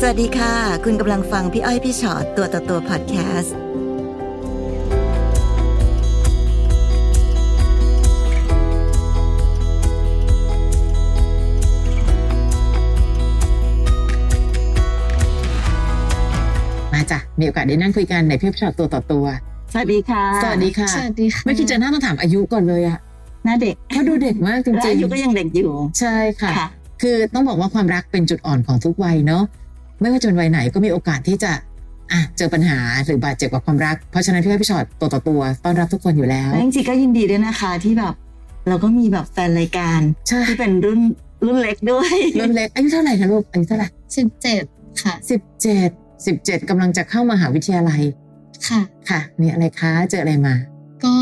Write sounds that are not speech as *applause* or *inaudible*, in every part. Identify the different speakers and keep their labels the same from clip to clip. Speaker 1: สวัสดีค่ะ คุณกำลังฟังพี่อ้อยพี่ชอตตัวต่อตัวพอดแคสต์
Speaker 2: มาจ้ะมีโอกาสได้นั่งคุยกันในเพื่อชอบตัวต่อตัว
Speaker 3: สวัสดีค่ะ
Speaker 2: สวัสดีค่ะ
Speaker 4: สวัสดีค่ะ
Speaker 2: ไม่คิดจะน่าต้องถามอายุก่อนเลยอะ
Speaker 3: หน้าเด็ก
Speaker 2: เพราะดูเด็กมากจ
Speaker 3: และ
Speaker 2: ริง
Speaker 3: อายุก็ยังเด็กอยู่
Speaker 2: ๆ ใช่ค่ะ
Speaker 3: ค่ะ
Speaker 2: คือต้องบอกว่าความรักเป็นจุดอ่อนของทุกวัยเนาะไม่ว่าจะเป็นวัยไหนก็มีโอกาสที่จะอ่ะเจอปัญหาหรือบาดเจ็บกับความรัก เพราะฉะนั้นพี่ให้พี่ชอตตัวต่อตัวต้อนรับทุกคนอยู่แล้ว
Speaker 3: แล้วจริงๆก็ยินดีด้วยนะคะที่แบบ เราก็มีแบบแฟนรายการ
Speaker 2: ใช่
Speaker 3: ที่เป็นรุ่นรุ่นเล็กด้วย
Speaker 2: รุ่นเล็กอายุเท่าไหร่คะลูกอายุเท่าไหร่
Speaker 4: สิบเจ็ดค่ะ
Speaker 2: สิบเจ็ดสิบเจ็ดกำลังจะเข้ามหาวิทยาลัย
Speaker 4: ค่ะ
Speaker 2: ค่ะมีอะไรคะเจออะไรมา
Speaker 4: ก็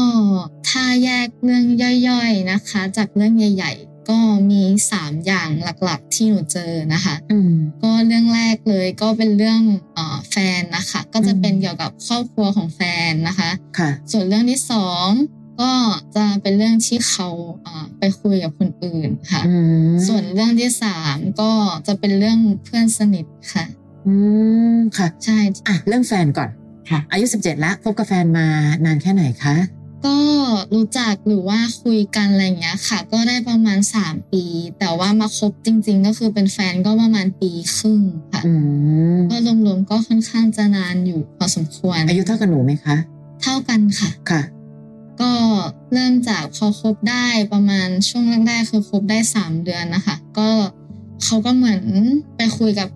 Speaker 4: ถ้าแยกเรื่องย่อยๆนะคะ จากเรื่องใหญ่ ๆ ก็มีสามอย่างหลักๆ ที่หนูเจอนะคะ
Speaker 2: อืม
Speaker 4: ก็เรื่องแรกเลยก็เป็นเรื่องเออแฟนนะคะ ก็จะ
Speaker 2: อืม
Speaker 4: เป็นเกี่ยวกับครอบครัวของแฟนนะคะ
Speaker 2: ค่ะ
Speaker 4: ส่วนเรื่องที่สองก็จะเป็นเรื่องที่เขาเอ่อไปคุยกับคนอื่นค่ะ
Speaker 2: อืม
Speaker 4: ส่วนเรื่องที่สามก็จะเป็นเรื่องเพื่อนสนิทค่ะ
Speaker 2: อืมค่ะ
Speaker 4: ใช่
Speaker 2: อ่ะเรื่องแฟนก่อน
Speaker 3: ค่ะ
Speaker 2: อายุ 17แล้วคบกับแฟนมานานแค่ไหนคะ
Speaker 4: ก็รู้จักหรือว่าคุยกันอะไรอย่างเงี้ยค่ะ ก็ได้ประมาณ 3 ปี แต่ว่ามาคบจริง ๆ ก็คือเป็นแฟนก็ประมาณปีครึ่งค่ะ
Speaker 2: อืม
Speaker 4: ก็รวมๆก็ค่อนข้างจะนานอยู่พอสมควร
Speaker 2: อายุเท่ากับหนูไหมคะ
Speaker 4: เท่ากันค่ะ
Speaker 2: ค่ะ
Speaker 4: ก็เริ่มจากพอคบได้ประมาณช่วงแรกๆคือคบได้ 3 เดือนนะคะ ก็เขาก็เหมือนไปคุยกับ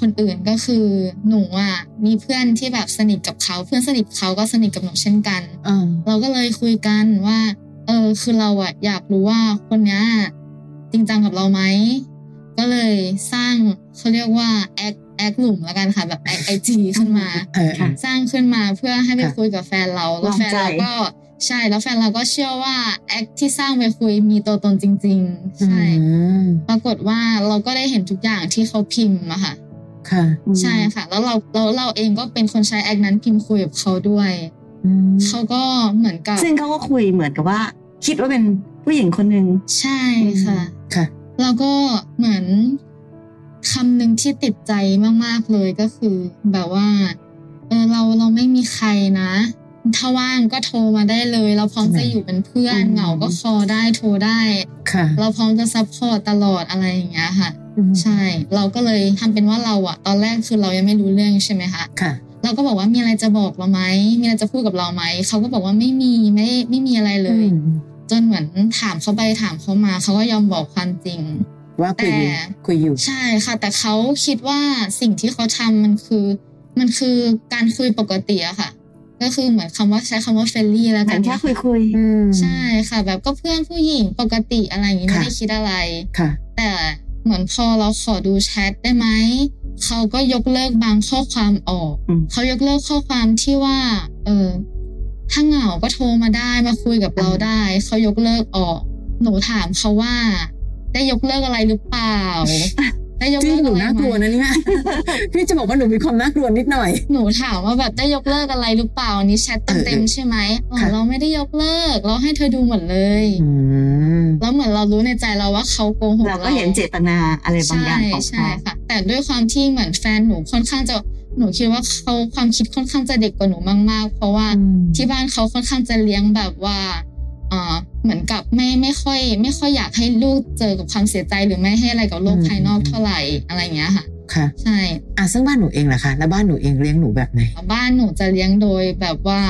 Speaker 4: คนอื่นก็คือหนูอ่ะมีเพื่อนที่แบบสนิทกับเขาเพื่อนสนิทเขาก็สนิทกับหนูเช่นกัน
Speaker 2: เออ
Speaker 4: เราก็เลยคุยกันว่า เออ คือเราอะอยากรู้ว่าคนเนี้ยจริงจังกับเราไหม ก็เลยสร้างเขาเรียกว่าแอคแอคหลุมแล้วกันค่ะ แบบแอคไอจีขึ้นมา
Speaker 2: เออ
Speaker 3: ค่ะ
Speaker 4: สร้างขึ้นมาเพื่อให้ไป
Speaker 2: ค่ะ
Speaker 4: คุยกับแฟนเราแล้วแฟน
Speaker 3: วา
Speaker 4: เรา
Speaker 3: งใจ
Speaker 4: ก็ใช่แล้วแฟนเราก็เชื่อว่าแอคที่สร้างไปคุยมีตัวตนจริง ๆ ใช่
Speaker 2: อืม
Speaker 4: ปรากฏว่าเราก็ได้เห็นทุกอย่างที่เขาพิมพ์อะค่ะ
Speaker 2: ค่ะ
Speaker 3: อืม
Speaker 4: ใช่ค่ะ แล้วเราเราเราเองก็เป็นคนใช้แอคนั้นพิมพ์คุยกับเขาด้วย
Speaker 2: อืม
Speaker 4: เขาก็เหมือนกับ
Speaker 3: ซึ่งเขาก็คุยเหมือนกับว่า คิดว่าเป็นผู้หญิงคนหนึ่ง
Speaker 4: ใช่ค่ะ
Speaker 2: ค่ะ
Speaker 4: แล้วก็เหมือนคำหนึ่งที่ติดใจมาก ๆ เลยก็คือ แบบว่า เออเราเราไม่มีใครนะ ถ้าว่างก็โทรมาได้เลย เราพร้อม
Speaker 2: ใช่
Speaker 4: จะอยู่เป็นเพื่อน
Speaker 3: อืม
Speaker 4: เหงาก็คอลได้โทรได้
Speaker 2: ค่ะ
Speaker 4: เราพร้อมจะซัพพอร์ตตลอดอะไรอย่างเงี้ยค่ะ
Speaker 2: อืม
Speaker 4: ใช่ เราก็เลยทำเป็นว่าเราอะตอนแรกคือเรายังไม่รู้เรื่องใช่ไหมคะ
Speaker 2: ค่ะ
Speaker 4: เราก็บอกว่ามีอะไรจะบอกเราไหมมีอะไรจะพูดกับเราไหมเขาก็บอกว่าไม่มีไม่ไม่มีอะไรเลย
Speaker 2: อืม
Speaker 4: จนเหมือนถามเขาไปถามเขามาเขาก็ยอมบอกความจริง
Speaker 2: ว่าคุยอยู่
Speaker 4: แต่
Speaker 2: คุยอยู่
Speaker 4: ใช่ค่ะ แต่เขาคิดว่าสิ่งที่เขาทำมันคือ มันคือการคุยปกติอะค่ะ ก็คือเหมือนคำว่าใช้คำว่าเฟรนลี่แล้ว
Speaker 3: เหมื
Speaker 4: กั
Speaker 3: อน นแค่คุยคุย
Speaker 2: อืม
Speaker 4: ใช่ค่ะ แบบก็เพื่อนผู้หญิงปกติอะไรอย่างนี้
Speaker 2: ค่ะ
Speaker 4: ไม่ได้คิดอะไร
Speaker 2: ค่ะ
Speaker 4: แต่เหมือนพอเราขอดูแชทได้ไหมเขาก็ยกเลิกบางข้อความออก
Speaker 3: อืม
Speaker 4: เขายกเลิกข้อความที่ว่า เออถ้าเหงาก็โทรมาได้มาคุยกับเราได้เขายกเลิกออก หนูถามเขาว่า ได้ยกเลิกอะไรหรือ
Speaker 2: *laughs*
Speaker 4: เปล่า ได้ยก
Speaker 2: จริ
Speaker 4: เลิ
Speaker 2: ง
Speaker 4: ก
Speaker 2: หนู
Speaker 4: อะไร
Speaker 2: น่ากลัวนะเนี่
Speaker 4: ไหม
Speaker 2: ย พี่จะบอกว่าหนูมีความน่ากลัวนิดหน่อย
Speaker 4: หนูถามว่าแบบได้ยกเลิกอะไรหรือเปล่าอันนี้แชท
Speaker 2: เอ
Speaker 4: เต็ม
Speaker 2: อ
Speaker 4: ๆใช่ไหมอ๋อ
Speaker 2: ค่ะ
Speaker 4: เราไม่ได้ยกเลิก เราให้เธอดูหมดเลย
Speaker 2: อืม
Speaker 4: แล้วเหมือนเรารู้ในใจเราว่าเขาโกหก
Speaker 3: เราก็เห็นเจตนาอะไรบางอย่างของ
Speaker 4: ใช่
Speaker 3: เขา
Speaker 4: ค่ะ แต่ด้วยความที่เหมือนแฟนหนูค่อนข้างจะหนูคิดว่าเขาความคิดค่อนข้างจะเด็กกว่าหนูมากๆ เพราะว่าที่บ้านเขาค่อนข้างจะเลี้ยงแบบว่าเอ่อเหมือนกับไม่ไม่ค่อย ไม่ค่อยอยากให้ลูกเจอกับความเสียใจหรือไม่ให้อะไรกับโลก
Speaker 2: อืม
Speaker 4: ภายนอกเท่าไหร่อะไรอย่างเงี้ยค่ะ
Speaker 2: ค่ะ
Speaker 4: ใช่
Speaker 2: อ่ะซึ่งบ้านหนูเองล่ะคะแล้วบ้านหนูเองเลี้ยงหนูแบบไหน
Speaker 4: บ้านหนูจะเลี้ยงโดยแบบว่า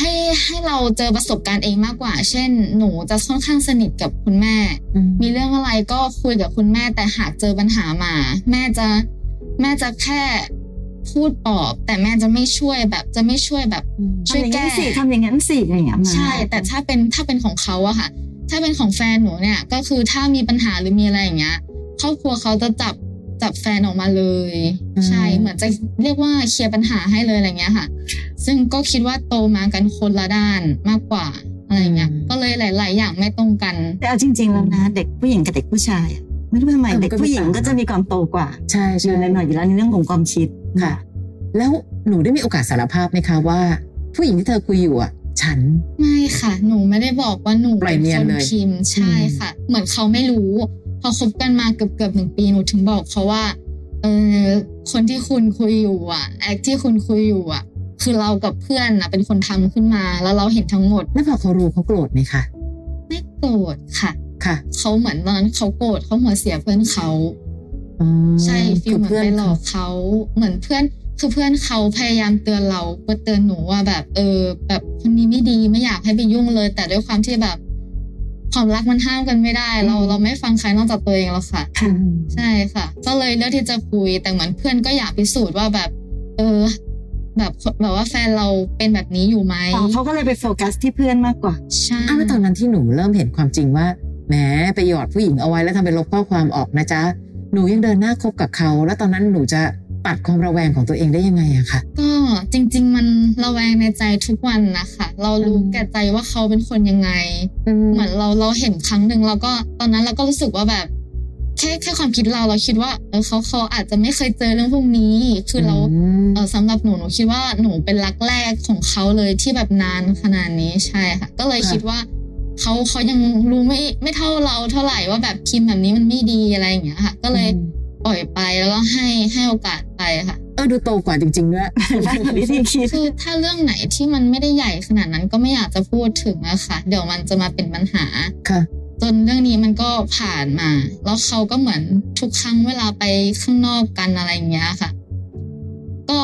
Speaker 4: ให้ให้เราเจอประสบการณ์เองมากกว่า เช่น หนูจะค่อนข้างสนิทกับคุณแม่ มีเรื่องอะไรก็คุยกับคุณแม่แต่หากเจอปัญหามา แม่จะแม่จะแค่พูดปลอบ แต่แม่จะไม่ช่วยแบบจะไม่ช่วยแบบ ช่วยแก้
Speaker 3: ทำอย่างนั้นสิทำอย่างนั้นสิอะไรอย่างเงี้ยมา
Speaker 4: ใช่ แต่ถ้าเป็นถ้าเป็นของเขาอะค่ะ ถ้าเป็นของแฟนหนูเนี่ยก็คือถ้ามีปัญหาหรือมีอะไรอย่างเงี้ยครอบครัวเขาจะจับจับแฟนออกมาเลย
Speaker 2: อืม
Speaker 4: ใช่เหมือนจะเรียกว่าเคลียร์ปัญหาให้เลยอะไรเงี้ยค่ะ ซึ่งก็คิดว่าโตมากันคนละด้านมากกว่าอะไรเงี้ยก็เลยหลาย ๆ อย่างไม่ตรงกัน
Speaker 3: แต่เอาจริง ๆ แล้วนะ เด็กผู้หญิงกับเด็กผู้ชายอะไม่รู้ทำไม
Speaker 2: เออมันก็
Speaker 3: เด็กผู้หญิง
Speaker 2: ไม่ต่าง
Speaker 3: ก็จะมีความโตกว่า
Speaker 2: ใช่
Speaker 3: อยู่
Speaker 2: ใช่
Speaker 3: ในหน่อยอยู่แล้วในเรื่องของความคิด
Speaker 2: ค่ะ แล้วหนูได้มีโอกาสสารภาพไหมคะว่า ผู้หญิงที่เธอคุยอยู่อ่ะ ฉัน
Speaker 4: ไม่ค่ะ หนูไม่ได้บอกว่าหนู
Speaker 2: ปล่อยเนียน
Speaker 4: ค
Speaker 2: เลย
Speaker 4: พิมพ์ใช่ค่ะ เหมือนเขาไม่รู้ พอคบกันมาเกือบเกือบๆหนึ่งปีหนูถึงบอกเขาว่า เออคนที่คุณคุยอยู่อ่ะแอคที่คุณคุยอยู่อ่ะ คือเรากับเพื่อนนะเป็นคนทำขึ้นมา แล้วเราเห็นทั้งหมด
Speaker 2: แล้วพอเขารู้เขาโกรธไหมคะ
Speaker 4: ไม่โกรธค่ะ
Speaker 2: ค่ะ
Speaker 4: เขาเหมือนตอนนั้นเขาโกรธเขาหัวเสียเพื่อนเขา
Speaker 2: อ๋อ
Speaker 4: ใช่ฟิลเหมือน
Speaker 2: คื
Speaker 4: ไปหลอกเขาเหมือนเพื่อนคือเพื่อนเขาพยายามเตือนเราก็เตือนหนูว่าแบบเออ แบบคนนี้ไม่ดีไม่อยากให้ไปยุ่งเลย แต่ด้วยความที่แบบ ความรักมันห้ามกันไม่ได้ เราเราไม่ฟังใครนอกจากตัวเองแล้วค่ะ
Speaker 2: อื
Speaker 3: ค่ะ
Speaker 2: ม
Speaker 4: ใช่ค่ะ ก็เลยเลือกที่จะคุยแต่เหมือนเพื่อนก็อยากพิสูจน์ว่าแบบ เออ แบบแบบว่าแฟนเราเป็นแบบนี้อยู่ไหม
Speaker 3: อ๋อเขาก็เลยไปโฟกัสที่เพื่อนมากกว่า
Speaker 4: ใช่
Speaker 2: อ้าวแล้วตอนนั้นที่หนูเริ่มเห็นความจริงว่าแหมไปหยอดผู้หญิงเอาไว้แล้วทำเป็นลบข้อความออกนะจ๊ะหนูยังเดินหน้าคบกับเขา แล้วตอนนั้นหนูจะปัดความระแวงของตัวเองได้ยังไงอะคะ
Speaker 4: ก็จริง ๆ มันระแวงในใจทุกวันนะคะเรารู้
Speaker 2: อืม
Speaker 4: แก่ใจว่าเขาเป็นคนยังไง เหมือนเราเราเห็นครั้งหนึ่งเราก็ตอนนั้นเราก็รู้สึกว่าแบบแค่แค่ความคิดเราเราคิดว่าเออเขาเขาอาจจะไม่เคยเจอเรื่องพวกนี้ คือเรา
Speaker 2: ม
Speaker 4: เออสำหรับหนูหนูคิดว่าหนูเป็นรักแรกของเขาเลยที่แบบนานขนาดนี้ใช่ค่ะ ก็เลย
Speaker 2: ค่ะ
Speaker 4: คิดว่าเขาเขายังรู้ไม่ไม่เท่าเราเท่าไหร่ว่าแบบพิมพ์แบบนี้มันไม่ดีอะไรอย่างเงี้ยค่ะ ก็เลยปล่อยไปแล้วก็ให้ให้โอกาสไปค่ะ
Speaker 2: เออดูโตกว่าจริงๆด้วย
Speaker 3: วิธีคิด
Speaker 4: คือถ้าเรื่องไหนที่มันไม่ได้ใหญ่ขนาดนั้นก็ไม่อยากจะพูดถึงอะค่ะ เดี๋ยวมันจะมาเป็นปัญหา
Speaker 2: ค่ะ
Speaker 4: จนเรื่องนี้มันก็ผ่านมา แล้วเขาก็เหมือนทุกครั้งเวลาไปข้างนอกกันอะไรอย่างเงี้ยค่ะ ก็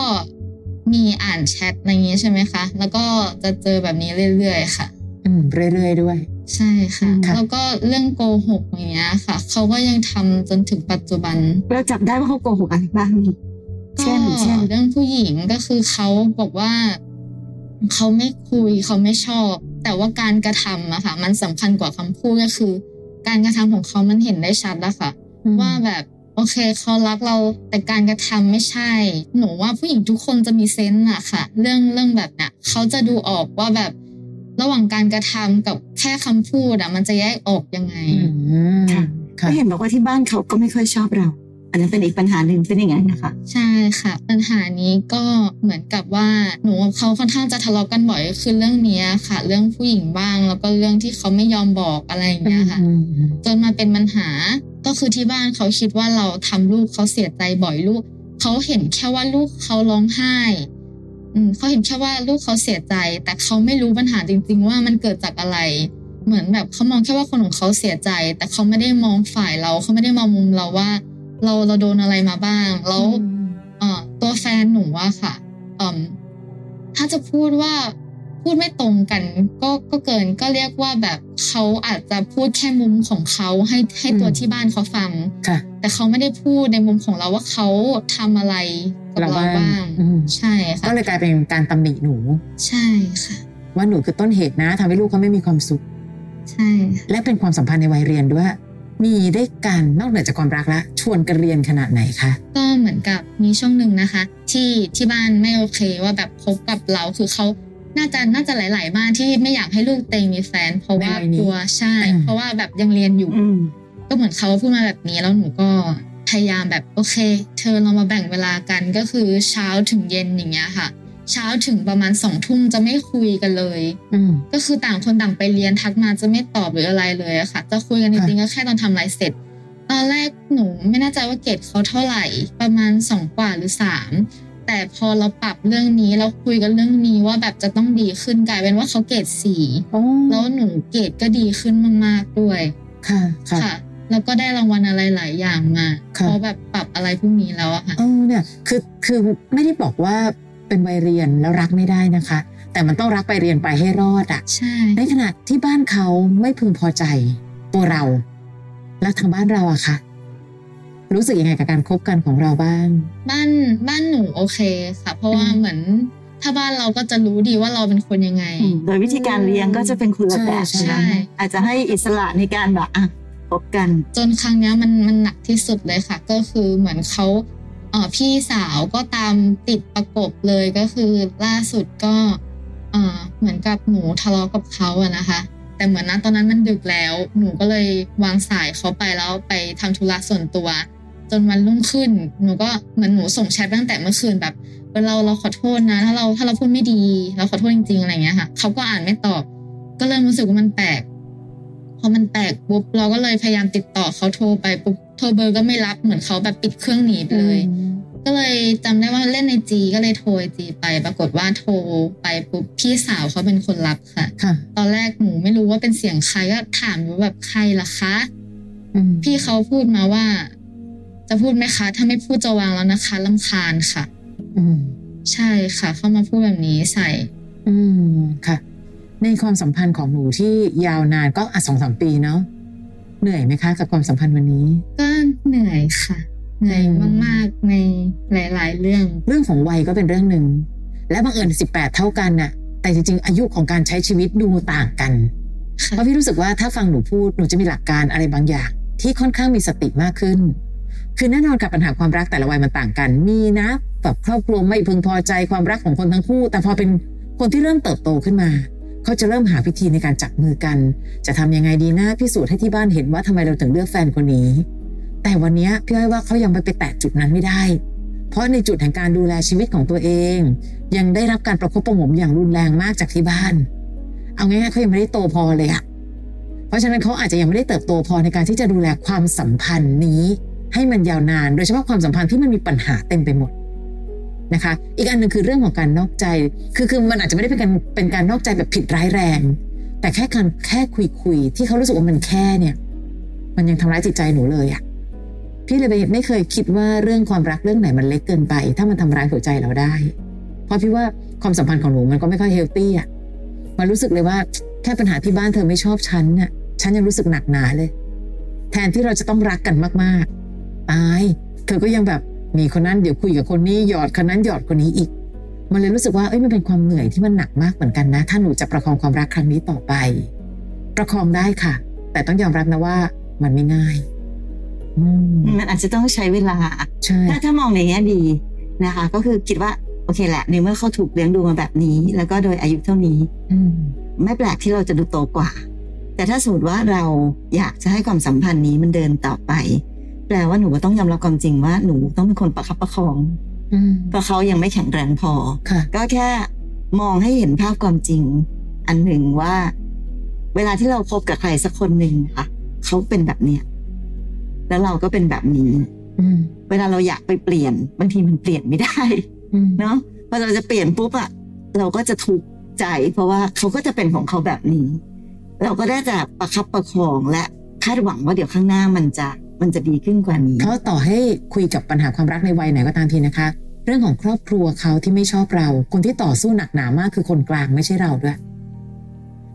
Speaker 4: มีอ่านแชทอะไรอย่างเงี้ยใช่ไหมคะ แล้วก็จะเจอแบบนี้เรื่อยๆค่ะ
Speaker 2: อืมเรื่อยๆด้วย
Speaker 4: ใช่ค่ะ
Speaker 2: ค่ะ
Speaker 4: แล้วก็เรื่องโกหกอย่างเงี้ยค่ะ เขาก็ยังทำจนถึงปัจจุบัน
Speaker 3: เราจับได้ว่าเขาโกหกอะไรบ้าง เช่น
Speaker 4: ก็
Speaker 3: เช่น
Speaker 4: เรื่องผู้หญิงก็คือเขาบอกว่าเขาไม่คุยเขาไม่ชอบ แต่ว่าการกระทำอะค่ะ มันสำคัญกว่าคำพูดก็คือ การกระทำของเขามันเห็นได้ชัดแล้วค่ะ ว่าแบบโอเคเขารักเราแต่การกระทำไม่ใช่ หนูว่าผู้หญิงทุกคนจะมีเซนส์อะค่ะ เรื่องเรื่องแบบเนี้ยเขาจะดูออกว่าแบบระหว่างการกระทำกับแค่คำพูดอะมันจะแยกออกยังไง
Speaker 2: อืม
Speaker 3: ค่ะ
Speaker 2: ค่ะ
Speaker 3: ก็เห็นบอกว่าที่บ้านเขาก็ไม่ค่อยชอบเรา อันนั้นเป็นอีกปัญหาหนึ่งเป็นอย่างนั้นนะคะ
Speaker 4: ใช่ค่ะ ปัญหานี้ก็เหมือนกับว่าหนูกับเขาค่อนข้างจะทะเลาะกันบ่อยก็คือเรื่องเนี้ยค่ะ เรื่องผู้หญิงบ้างแล้วก็เรื่องที่เขาไม่ยอมบอกอะไรอย่างเงี้ยค่ะ
Speaker 2: อืมอืม
Speaker 4: จนมาเป็นปัญหาก็คือที่บ้านเขาคิดว่าเราทำลูกเขาเสียใจบ่อยลูกเขาเห็นแค่ว่าลูกเขาร้องไห้อืมเขาเห็นแค่ว่าลูกเขาเสียใจ แต่เขาไม่รู้ปัญหาจริง ๆ ว่ามันเกิดจากอะไร เหมือนแบบเขามองแค่ว่าคนของเขาเสียใจ แต่เขาไม่ได้มองฝ่ายเราเขาไม่ได้มองมุมเราว่า เราเราโดนอะไรมาบ้างแล้ว เอ่อตัวแฟนหนูว่าค่ะเอิ่มถ้าจะพูดว่าพูดไม่ตรงกันก็ก็เกินก็เรียกว่าแบบเขาอาจจะพูดแค่มุมของเขาให้ให้ตัวที่บ้านเขาฟัง
Speaker 2: ค่ะ
Speaker 4: แต่เขาไม่ได้พูดในมุมของเราว่าเขาทำอะไรกับเราบ้าง
Speaker 2: อืม
Speaker 4: ใช่ค่ะ
Speaker 2: ก็เลยกลายเป็นการตำหนิหนู
Speaker 4: ใช่ค่ะ
Speaker 2: ว่าหนูคือต้นเหตุนะทำให้ลูกเขาไม่มีความสุข
Speaker 4: ใช่ค่ะ
Speaker 2: และเป็นความสัมพันธ์ในวัยเรียนด้วย มีได้กันนอกเหนือจากความรักละ ชวนกันเรียนขนาดไหนคะ
Speaker 4: ก็เหมือนกับมีช่วงหนึ่งนะคะ ที่ที่บ้านไม่โอเคว่าแบบพบกับเราคือเขาน่าจะน่าจะหลาย ๆ บ้านที่ไม่อยากให้ลูกเตงมีแฟน เพราะว่ากลัวใช่ เพราะว่าแบบยังเรียนอยู่
Speaker 3: อืม
Speaker 4: ก็เหมือนเขาพูดมาแบบนี้แล้วหนูก็พยายามแบบโอเค เธอเรามาแบ่งเวลากันก็คือเช้าถึงเย็นอย่างเงี้ยค่ะ เช้าถึงประมาณสองทุ่มจะไม่คุยกันเลย
Speaker 2: อืม
Speaker 4: ก็คือต่างคนต่างไปเรียนทักมาจะไม่ตอบหรืออะไรเลยอะค่ะ จะคุยกันจริงๆก็แค่ตอนทำไลน์เสร็จ ตอนแรกหนูไม่แน่ใจว่าเกรดเขาเท่าไหร่ ประมาณสองกว่าหรือสามแต่พอเราปรับเรื่องนี้เราคุยกันเรื่องนี้ว่าแบบจะต้องดีขึ้นกลายเป็นว่าเขาเกรดสี่
Speaker 2: โอ้
Speaker 4: แล้วหนูเกรดก็ดีขึ้นมากๆด้วย
Speaker 2: ค่ะ ค่ะ
Speaker 4: ค่ะ แล้วก็ได้รางวัลอะไรหลายอย่างมา
Speaker 2: ค่ะ
Speaker 4: เพราะแบบปรับอะไรพวกนี้แล้วอะค่ะ
Speaker 2: เออเนี่ยคือคือไม่ได้บอกว่าเป็นวัยเรียนแล้วรักไม่ได้นะคะ แต่มันต้องรักไปเรียนไปให้รอดอะ
Speaker 4: ใช่
Speaker 2: ในขณะที่บ้านเขาไม่พึงพอใจตัวเรา แล้วทางบ้านเราอะคะรู้สึกยังไงกับการคบกันของเราบ้าง
Speaker 4: บ้านบ้านหนูโอเคค่ะ เพราะว่า
Speaker 2: อืม
Speaker 4: เหมือนถ้าบ้านเราก็จะรู้ดีว่าเราเป็นคนยังไง
Speaker 3: โดยวิธีการเลี้ยงก็จะเป็นคนละแบบ
Speaker 2: ใช่
Speaker 4: ใช่
Speaker 3: นะอาจจะให้อิสระในการแบบอ่ะพบกัน
Speaker 4: จนครั้งเนี้ยมันมันหนักที่สุดเลยค่ะ ก็คือเหมือนเขาเออพี่สาวก็ตามติดประกบเลยก็คือล่าสุดก็เออเหมือนกับหนูทะเลาะกับเขาอะนะคะ แต่เหมือนนะตอนนั้นมันดึกแล้ว หนูก็เลยวางสายเขาไปแล้วไปทำธุระส่วนตัว จนวันรุ่งขึ้น หนูก็เหมือนหนูส่งแชทตั้งแต่เมื่อคืนแบบเออเราเราขอโทษนะ ถ้าเราถ้าเราพูดไม่ดีเราขอโทษจริงๆอะไรอย่างเงี้ยค่ะเขาก็อ่านไม่ตอบ ก็เริ่มรู้สึกว่ามันแปลก พอมันแปลกปุ๊บเราก็เลยพยายามติดต่อเขาโทรไปปุ๊บ โทรเบอร์ก็ไม่รับเหมือนเขาแบบปิดเครื่องหนีไปเลย ก็เลยจำได้ว่าเล่นในจีก็เลยโทรจีไป ปรากฏว่าโทรไปปุ๊บพี่สาวเขาเป็นคนรับค่ะ
Speaker 2: ค่ะ
Speaker 4: ตอนแรกหนูไม่รู้ว่าเป็นเสียงใครก็ถามอยู่ว่าแบบใครล่ะคะ
Speaker 2: อืม
Speaker 4: พี่เขาพูดมาว่า จะพูดไหมคะ ถ้าไม่พูดจะวางแล้วนะคะลำคาญค่ะ
Speaker 2: อืม
Speaker 4: ใช่ค่ะ เข้ามาพูดแบบนี้ใส่
Speaker 2: อืมค่ะ ในความสัมพันธ์ของหนูที่ยาวนานก็อ่ะสองสามปีเนาะเหนื่อยไหมคะกับความสัมพันธ์วันนี้
Speaker 4: ก็เหนื่อยค่ะ เหนื่อยมากๆในหลายๆเรื่อง
Speaker 2: เรื่องของวัยก็เป็นเรื่องหนึ่ง และบังเอิญสิบแปดเท่ากันน่ะ แต่จริงๆ อายุของการใช้ชีวิตดูต่างกัน
Speaker 4: ค่ะ
Speaker 2: เพราะพี่รู้สึกว่าถ้าฟังหนูพูดหนูจะมีหลักการอะไรบางอย่าง ที่ค่อนข้างมีสติมากขึ้น คือแน่นอนกับปัญหาความรักแต่ละวัยมันต่างกัน มีนะแบบครอบครัวไม่พึงพอใจความรักของคนทั้งคู่ แต่พอเป็นคนที่เริ่มเติบโตขึ้นมา เขาจะเริ่มหาวิธีในการจับมือกัน จะทำยังไงดีนะพิสูจน์ให้ที่บ้านเห็นว่าทำไมเราถึงเลือกแฟนคนนี้ แต่วันเนี้ยพี่อ้อยว่าเขายังไปไปแตะจุดนั้นไม่ได้ เพราะในจุดแห่งการดูแลชีวิตของตัวเอง ยังได้รับการประคบประหงมอย่างรุนแรงมากจากที่บ้าน เอาง่ายๆเขายังไม่ได้โตพอเลยอะเพราะฉะนั้นเขาอาจจะยังไม่ได้เติบโตพอในการที่จะดูแลความสัมพันธ์นี้ ให้มันยาวนาน โดยเฉพาะความสัมพันธ์ที่มันมีปัญหาเต็มไปหมดนะคะ อีกอันหนึ่งคือเรื่องของการนอกใจ คือคือมันอาจจะไม่ได้เป็นการเป็นการนอกใจแบบผิดร้ายแรง แต่แค่การแค่คุยคุยๆที่เขารู้สึกว่ามันแค่เนี่ย มันยังทำร้ายจิตใจหนูเลยอะพี่เลยไม่เคยคิดว่าเรื่องความรักเรื่องไหนมันเล็กเกินไป ถ้ามันทำร้ายหัวใจเราได้ เพราะพี่ว่าความสัมพันธ์ของหนูมันก็ไม่ค่อยเฮลตี้อะมันรู้สึกเลยว่าแค่ปัญหาที่บ้านเธอไม่ชอบฉันน่ะ ฉันยังรู้สึกหนักหนาเลย แทนที่เราจะต้องรักกันมากๆตายเธอก็ยังแบบมีคนนั้นเดี๋ยวคุยกับคนนี้หยอดคนนั้นหยอดคนนี้อีก มันเลยรู้สึกว่าเอ้ยมันเป็นความเหนื่อยที่มันหนักมากเหมือนกันนะ ถ้าหนูจะประคองความรักครั้งนี้ต่อไป ประคองได้ค่ะ แต่ต้องยอมรับนะว่า มันไม่ง่าย อืม
Speaker 3: มันอาจจะต้องใช้เวลา
Speaker 2: ใช่
Speaker 3: ถ้าถ้ามองในแง่ดีนะคะ ก็คือคิดว่าโอเคแหละในเมื่อเขาถูกเลี้ยงดูมาแบบนี้ แล้วก็โดยอายุเท่านี้
Speaker 2: อืม
Speaker 3: ไม่แปลกที่เราจะดูโตกว่า แต่ถ้าสมมติว่าเราอยากจะให้ความสัมพันธ์นี้มันเดินต่อไป แปลว่าหนูก็ต้องยอมรับความจริงว่าหนูต้องเป็นคนประคับประคอง
Speaker 2: อืม
Speaker 3: เพราะเขายังไม่แข็งแรงพอ
Speaker 2: ค่ะ
Speaker 3: ก็แค่มองให้เห็นภาพความจริง อันหนึ่งว่า เวลาที่เราคบกับใครสักคนหนึ่งค่ะ เขาเป็นแบบเนี้ยแล้วเราก็เป็นแบบนี้
Speaker 2: อืม
Speaker 3: เวลาเราอยากไปเปลี่ยน บางทีมันเปลี่ยนไม่ได้
Speaker 2: อืม
Speaker 3: เนาะพอเราจะเปลี่ยนปุ๊บอะเราก็จะทุกข์ใจ เพราะว่าเขาก็จะเป็นของเขาแบบนี้ เราก็ได้แต่ประคับประคองและคาดหวังว่าเดี๋ยวข้างหน้ามันจะมันจะดีขึ้นกว่านี้
Speaker 2: เพราะต่อให้คุยกับปัญหาความรักในวัยไหนก็ตามทีนะคะ เรื่องของครอบครัวเขาที่ไม่ชอบเรา คนที่ต่อสู้หนักหนามากคือคนกลางไม่ใช่เราด้วย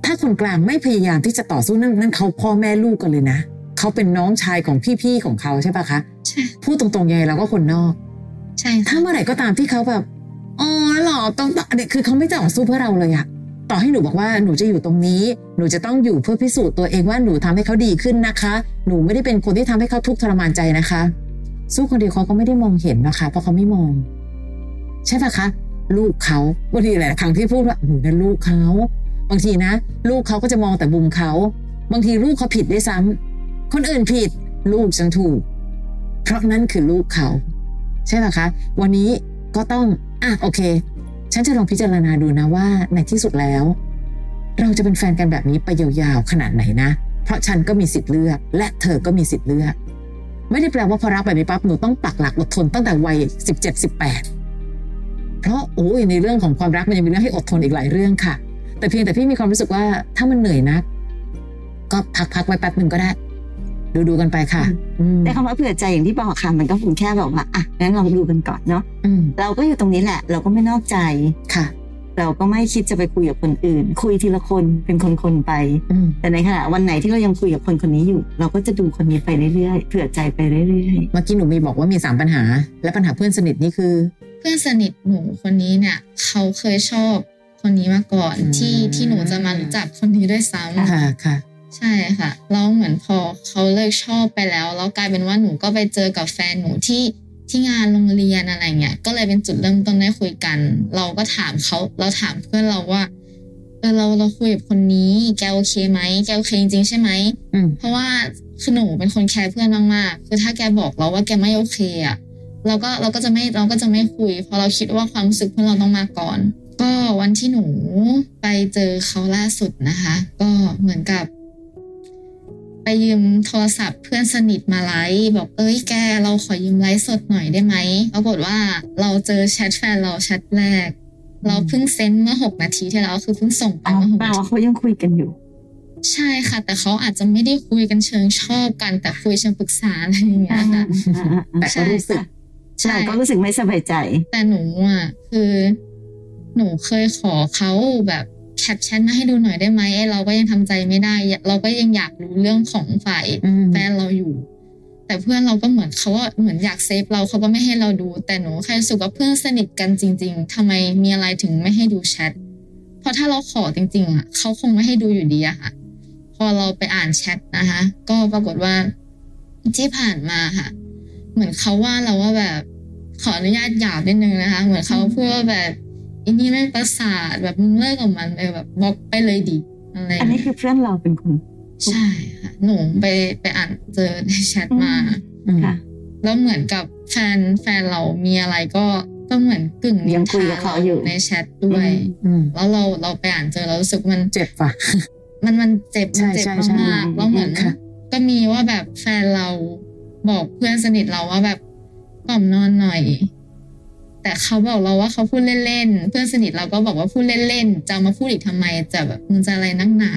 Speaker 2: ถ้าคนกลางไม่พยายามที่จะต่อสู้นั่นนั่นเขาพ่อแม่ลูกกันเลยนะเขาเป็นน้องชายของพี่ๆของเขาใช่ปะคะ
Speaker 4: ใช่
Speaker 2: พูดตรงๆยังไงเราก็คนนอก
Speaker 4: ใช่
Speaker 2: ถ้าเมื่อไหร่ก็ตามที่เขาแบบอ๋อหรอต้องต่อเนี่ยคือเขาไม่จะออกสู้เพื่อเราเลยอะต่อให้หนูบอกว่าหนูจะอยู่ตรงนี้ หนูจะต้องอยู่เพื่อพิสูจน์ตัวเองว่าหนูทำให้เขาดีขึ้นนะคะ หนูไม่ได้เป็นคนที่ทำให้เขาทุกข์ทรมานใจนะคะ สู้คนเดียวเขาก็ไม่ได้มองเห็นนะคะ เพราะเขาไม่มอง ใช่ปะคะ ลูกเขาบางทีหลายๆครั้งที่พูดว่าหนูนั่นลูกเขาบางทีนะ ลูกเขาก็จะมองแต่มุมเขาบางทีลูกเขาผิดด้วยซ้ำคนอื่นผิด ลูกฉันถูก เพราะนั่นคือลูกเขา ใช่ปะคะ วันนี้ก็ต้องอ่ะโอเค ฉันจะลองพิจารณาดูนะว่าในที่สุดแล้ว เราจะเป็นแฟนกันแบบนี้ไปยาวๆขนาดไหนนะ เพราะฉันก็มีสิทธิ์เลือก และเธอก็มีสิทธิ์เลือก ไม่ได้แปลว่าพอรักไปไม่ปั๊บหนูต้องปักหลักอดทนตั้งแต่วัย17 18 เพราะโอ้ยในเรื่องของความรักมันยังมีเรื่องให้อดทนอีกหลายเรื่องค่ะ แต่เพียงแต่พี่มีความรู้สึกว่าถ้ามันเหนื่อยนัก ก็พักๆไว้แป๊บหนึ่งก็ได้ ดูๆกันไปค่ะอืม
Speaker 3: แต่คำว่าเผื่อใจอย่างที่บอกค่ะมันก็คงแค่แบบว่าอ่ะงั้นลองดูกันก่อนเนาะ
Speaker 2: อืม
Speaker 3: เราก็อยู่ตรงนี้แหละ เราก็ไม่นอกใจ
Speaker 2: ค่ะ
Speaker 3: เราก็ไม่คิดจะไปคุยกับคนอื่น คุยทีละคนเป็นคนคนๆไป
Speaker 2: อืม
Speaker 3: แต่ในขณะวันไหนที่เรายังคุยกับคนคนนี้อยู่ เราก็จะดูคนนี้ไปเรื่อยๆเผื่อใจไปเรื่อย
Speaker 2: เมื่อกี้หนูมีบอกว่ามีสามปัญหา และปัญหาเพื่อนสนิทนี่คือ
Speaker 4: เพื่อนสนิทหนูคนนี้เนี่ย เขาเคยชอบคนนี้มาก่อน
Speaker 2: อืม
Speaker 4: ที่ที่หนูจะมารู้จักคนนี้ด้วยซ้ำ
Speaker 2: ค่ะค่ะ
Speaker 4: ใช่ค่ะแล้วเหมือนพอเขาเลิกชอบไปแล้วแล้วกลายเป็นว่าหนูก็ไปเจอกับแฟนหนูที่ที่งานโรงเรียนอะไรเงี้ยก็เลยเป็นจุดเริ่มต้นได้คุยกัน เราก็ถามเขาเราถามเพื่อนเราว่าเออเราเราคุยกับคนนี้แกโอเคไหมแกโอเคจริงๆใช่ไหม
Speaker 2: อืม
Speaker 4: เพราะว่าคือหนูเป็นคนแคร์เพื่อนมากๆคือถ้าแกบอกเราว่าแกไม่โอเคอ่ะเราก็เราก็จะไม่เราก็จะไม่คุยเพราะเราคิดว่าความรู้สึกเพื่อนเราต้องมาก่อน ก็วันที่หนูไปเจอเขาล่าสุดนะคะ ก็เหมือนกับ ไปยืมโทรศัพท์เพื่อนสนิทมาไลฟ์บอกเอ้ยแกเราขอยืมไลฟ์สดหน่อยได้ไหมปรากฏว่าเราเจอแชทแฟนเราแชทแรก เราเพิ่งเซ็นเมื่อหกนาทีที่แล้วคือเพิ่งส่งไป
Speaker 3: อ๋อ
Speaker 4: เมื่อหก
Speaker 3: เป
Speaker 4: นา
Speaker 3: ล่า
Speaker 4: ที
Speaker 3: เขายังคุยกันอยู่
Speaker 4: ใช่ค่ะ แต่เขาอาจจะไม่ได้คุยกันเชิงชอบกันแต่คุยเชิงปรึกษาอะไรอย่างเงี้ยค่ะ
Speaker 2: แต่ก็รู้สึก
Speaker 4: ใช่
Speaker 3: เราก็รู้สึกไม่สบายใจ
Speaker 4: แต่หนูอ่ะคือหนูเคยขอเขาแบบแคปชั่นมาให้ดูหน่อยได้ไหมไอ้เราก็ยังทำใจไม่ได้ เราก็ยังอยากรู้เรื่องของฝ่าย
Speaker 2: อืม
Speaker 4: แฟนเราอยู่ แต่เพื่อนเราก็เหมือนเขาว่าเหมือนอยากเซฟเราเขาก็ไม่ให้เราดู แต่หนูแค่รู้สึกว่าเพื่อนสนิทกันจริง ๆทำไมมีอะไรถึงไม่ให้ดูแชทเพราะถ้าเราขอจริง ๆอ่ะเขาคงไม่ให้ดูอยู่ดีอะค่ะ พอเราไปอ่านแชทนะคะ ก็ปรากฏว่าที่ผ่านมาค่ะ เหมือนเขาว่าเราว่าแบบขออนุญาตหยาบนิดนึงนะคะ เหมือนเขาพูดว่าแบบอันนี้ไม่งประสาทแบบมึงเลิกกับมันไปแบบบล็อกไปเลยดิอะไรอย่าง
Speaker 3: อันนี้
Speaker 4: เงี้ย
Speaker 3: คือเพื่อนเราเป็นคน
Speaker 4: ใช่ค่ะหนูไปไปอ่านเจอในแชทมา
Speaker 3: อืม
Speaker 2: อืม
Speaker 3: ค่ะ
Speaker 4: แล้วเหมือนกับแฟนแฟนเรามีอะไรก็ก็เหมือนกึ่งนิน
Speaker 3: ยังคุ
Speaker 4: ทาย
Speaker 3: กับเขาอยู่
Speaker 4: ในแชทด้วย
Speaker 3: อืม
Speaker 2: อืม
Speaker 4: แล้วเราเราไปอ่านเจอเรารู้สึกมัน
Speaker 2: เจ็บป่ะ
Speaker 4: มันมันเจ็บ
Speaker 2: ใช่
Speaker 4: มันเจ็บ
Speaker 2: ใช่ใช่
Speaker 4: มากๆแล้วเหมือน
Speaker 2: ค่ะ
Speaker 4: ก็มีว่าแบบแฟนเราบอกเพื่อนสนิทเราว่าแบบกล่อมนอนหน่อย แต่เขาบอกเราว่าเขาพูดเล่นๆเพื่อนสนิทเราก็บอกว่าพูดเล่นๆจะเอามาพูดอีกทำไมจะแบบมึงจะอะไรนักหนา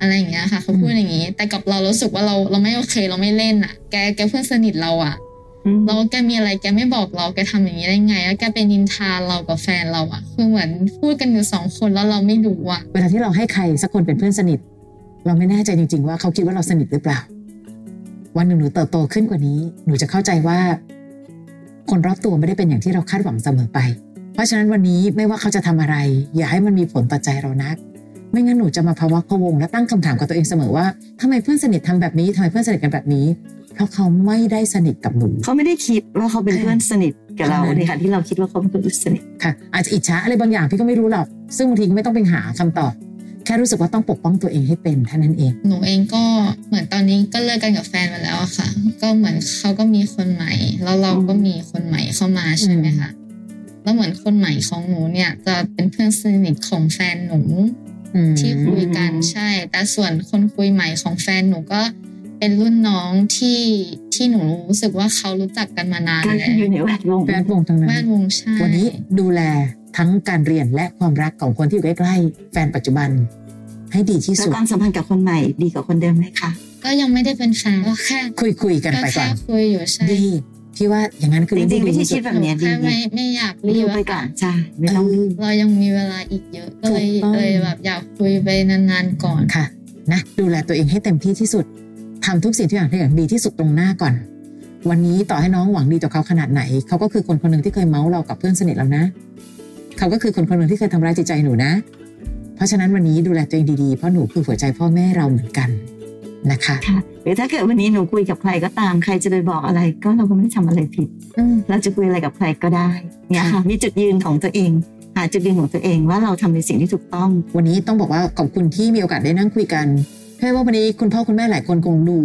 Speaker 4: อะไรอย่างเงี้ยค่ะเขาพูดอย่างงี้ แต่กับเรารู้สึกว่าเราเราไม่โอเคเราไม่เล่นอ่ะ แกแกเพื่อนสนิทเราอ่ะ
Speaker 3: อืม
Speaker 4: แล้วแกมีอะไรแกไม่บอกเราแกทำอย่างนี้ได้ไงแล้วแกไปนินทาเรากับแฟนเราอ่ะคือเหมือนพูดกันอยู่สองคนแล้วเราไม่รู้อ่ะ
Speaker 2: เวลาที่เราให้ใครสักคนเป็นเพื่อนสนิท เราไม่แน่ใจจริง ๆ ว่าเขาคิดว่าเราสนิทหรือเปล่า วันหนึ่งหนูเติบโตขึ้นกว่านี้ หนูจะเข้าใจว่า คนรอบตัวไม่ได้เป็นอย่างที่เราคาดหวังเสมอไป เพราะฉะนั้นวันนี้ไม่ว่าเขาจะทำอะไร อย่าให้มันมีผลต่อใจเรานัก ไม่งั้นหนูจะมาภาวะพะวงและตั้งคำถามกับตัวเองเสมอว่าทำไมเพื่อนสนิททำแบบนี้ทำไมเพื่อนสนิทกันแบบนี้ เพราะเขาไม่ได้สนิทกับหนู
Speaker 3: เขาไม่ได้คิดว่าเขาเป็นเพื่อนสนิทกับเรา
Speaker 2: ค่ะ
Speaker 3: ในขณะที่เราคิดว่าเขาเป็นเพื่อนสนิท
Speaker 2: ค่ะอาจจะอิจฉาอะไรบางอย่างพี่ก็ไม่รู้หรอก ซึ่งบางทีก็ไม่ต้องไปหาคำตอบ แค่รู้สึกว่าต้องปกป้องตัวเองให้เป็นเท่านั้นเอง
Speaker 4: หนูเองก็เหมือนตอนนี้ก็เลิกกันกับแฟนมาแล้วอะค่ะ ก็เหมือนเขาก็มีคนใหม่ แล้วเราก็มีคนใหม่เข้ามาใช่ไหมคะแล้วเหมือนคนใหม่ของหนูเนี่ยจะเป็นเพื่อนสนิทของแฟนหนู
Speaker 2: อืม
Speaker 4: ที่คุยกัน
Speaker 3: อืม
Speaker 4: ใช่ แต่ส่วนคนคุยใหม่ของแฟนหนูก็เป็นรุ่นน้องที่ที่หนูรู้สึกว่าเขารู้จักกันมานาน
Speaker 3: ก็
Speaker 4: แล้
Speaker 3: คืออ
Speaker 4: ว
Speaker 3: ยู่ในแวดวง
Speaker 2: แวดวงทั้งนั้
Speaker 4: แวด
Speaker 2: น
Speaker 4: วงใช่
Speaker 2: วันนี้ดูแลทั้งการเรียนและความรักของคนที่อยู่ใกล้ๆ แฟนปัจจุบัน ให้ดีที่
Speaker 3: แล้ว
Speaker 2: สุด
Speaker 3: ความสัมพันธ์กับคนใหม่ดีกว่าคนเดิมไหมคะ
Speaker 4: ก็ยังไม่ได้เป็นแฟนก็แค่
Speaker 2: คุยๆกัน
Speaker 4: ก็
Speaker 2: ไปก่
Speaker 4: แค่
Speaker 2: อน
Speaker 4: คุยอยู่ใช่
Speaker 2: ดีพี่ว่าอย่างนั้นคือ
Speaker 3: จริงๆวิธีคิด
Speaker 2: ด
Speaker 3: แบบ
Speaker 4: หนู
Speaker 3: เนี้ยดี
Speaker 4: แค่
Speaker 3: นะ
Speaker 4: ไม่ไม่อยากรี
Speaker 3: รี
Speaker 4: บ
Speaker 3: วไป
Speaker 4: อะ
Speaker 3: ก่
Speaker 4: ค่ะ
Speaker 3: อนใช่ไม่
Speaker 2: เอ
Speaker 3: ต้อง
Speaker 2: อ
Speaker 4: เรายังมีเวลาอีกเยอะก็เลย
Speaker 2: ถูกต้อง
Speaker 4: เลยแบบอยากคุยไปนานๆก่อน
Speaker 2: ค่ะนะดูแลตัวเองให้เต็มที่ที่สุดทำทุกสิ่งทุกอย่างให้อย่างดีที่สุดตรงหน้าก่อน วันนี้ต่อให้น้องหวังดีต่อเขาขนาดไหน เขาก็คือคนคนหนึ่งที่เคยเมาส์เรากับเพื่อนสนิทเรานะ เขาก็คือคนคนหนึ่งที่เคยทำร้ายจิตใจหนูนะ เพราะฉะนั้นวันนี้ดูแลตัวเองดีๆเพราะหนูคือหัวใจพ่อแม่เราเหมือนกันนะคะ
Speaker 3: ค่ะหรือถ้าเกิดวันนี้หนูคุยกับใครก็ตามใครจะไปบอกอะไร ก็เราก็ไม่ได้ทำอะไรผิด
Speaker 2: อืม
Speaker 3: เราจะคุยอะไรกับใครก็ได้เนี่ยค่ะมีจุดยืนของตัวเอง หาจุดยืนของตัวเองว่าเราทำในสิ่งที่ถูกต้อง
Speaker 2: วันนี้ต้องบอกว่าขอบคุณที่มีโอกาสได้นั่งคุยกันเพื่อว่าวันนี้คุณพ่อคุณแม่หลายคนคงดู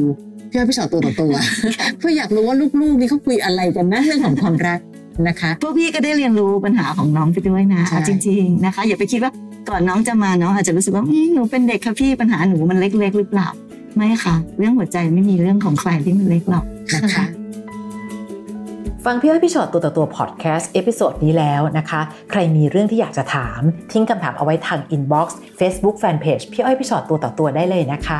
Speaker 2: พี่อ้อยพี่ชอตตัวต่อตัว *laughs* เพื่ออยากรู้ว่าลูกๆนี่เขาคุยอะไรกันนะเรื่องของความรักนะคะ
Speaker 3: พวกพี่ก็ได้เรียนรู้ปัญหาของน้องไปด้วยนะ
Speaker 2: ใช่
Speaker 3: เอาจริง ๆนะคะ อย่าไปคิดว่าก่อนน้องจะมาน้องอาจจะรู้สึกว่าอืมหนูเป็นเด็กค่ะพี่ปัญหาหนูมันเล็ก ๆ หรือเปล่าไม่ค่ะ เรื่องหัวใจไม่มีเรื่องของใครที่มันเล็กหรอก
Speaker 2: นะคะ
Speaker 5: ฟังพี่อ้อยพี่ชอตตัวต่อตัวพอดแคสต์เอพิโซดนี้แล้วนะคะ ใครมีเรื่องที่อยากจะถาม ทิ้งคำถามเอาไว้ทางอินบ็อกซ์เฟซบุ๊กแฟนเพจพี่อ้อยพี่ชอตตัวต่อตัวได้เลยนะคะ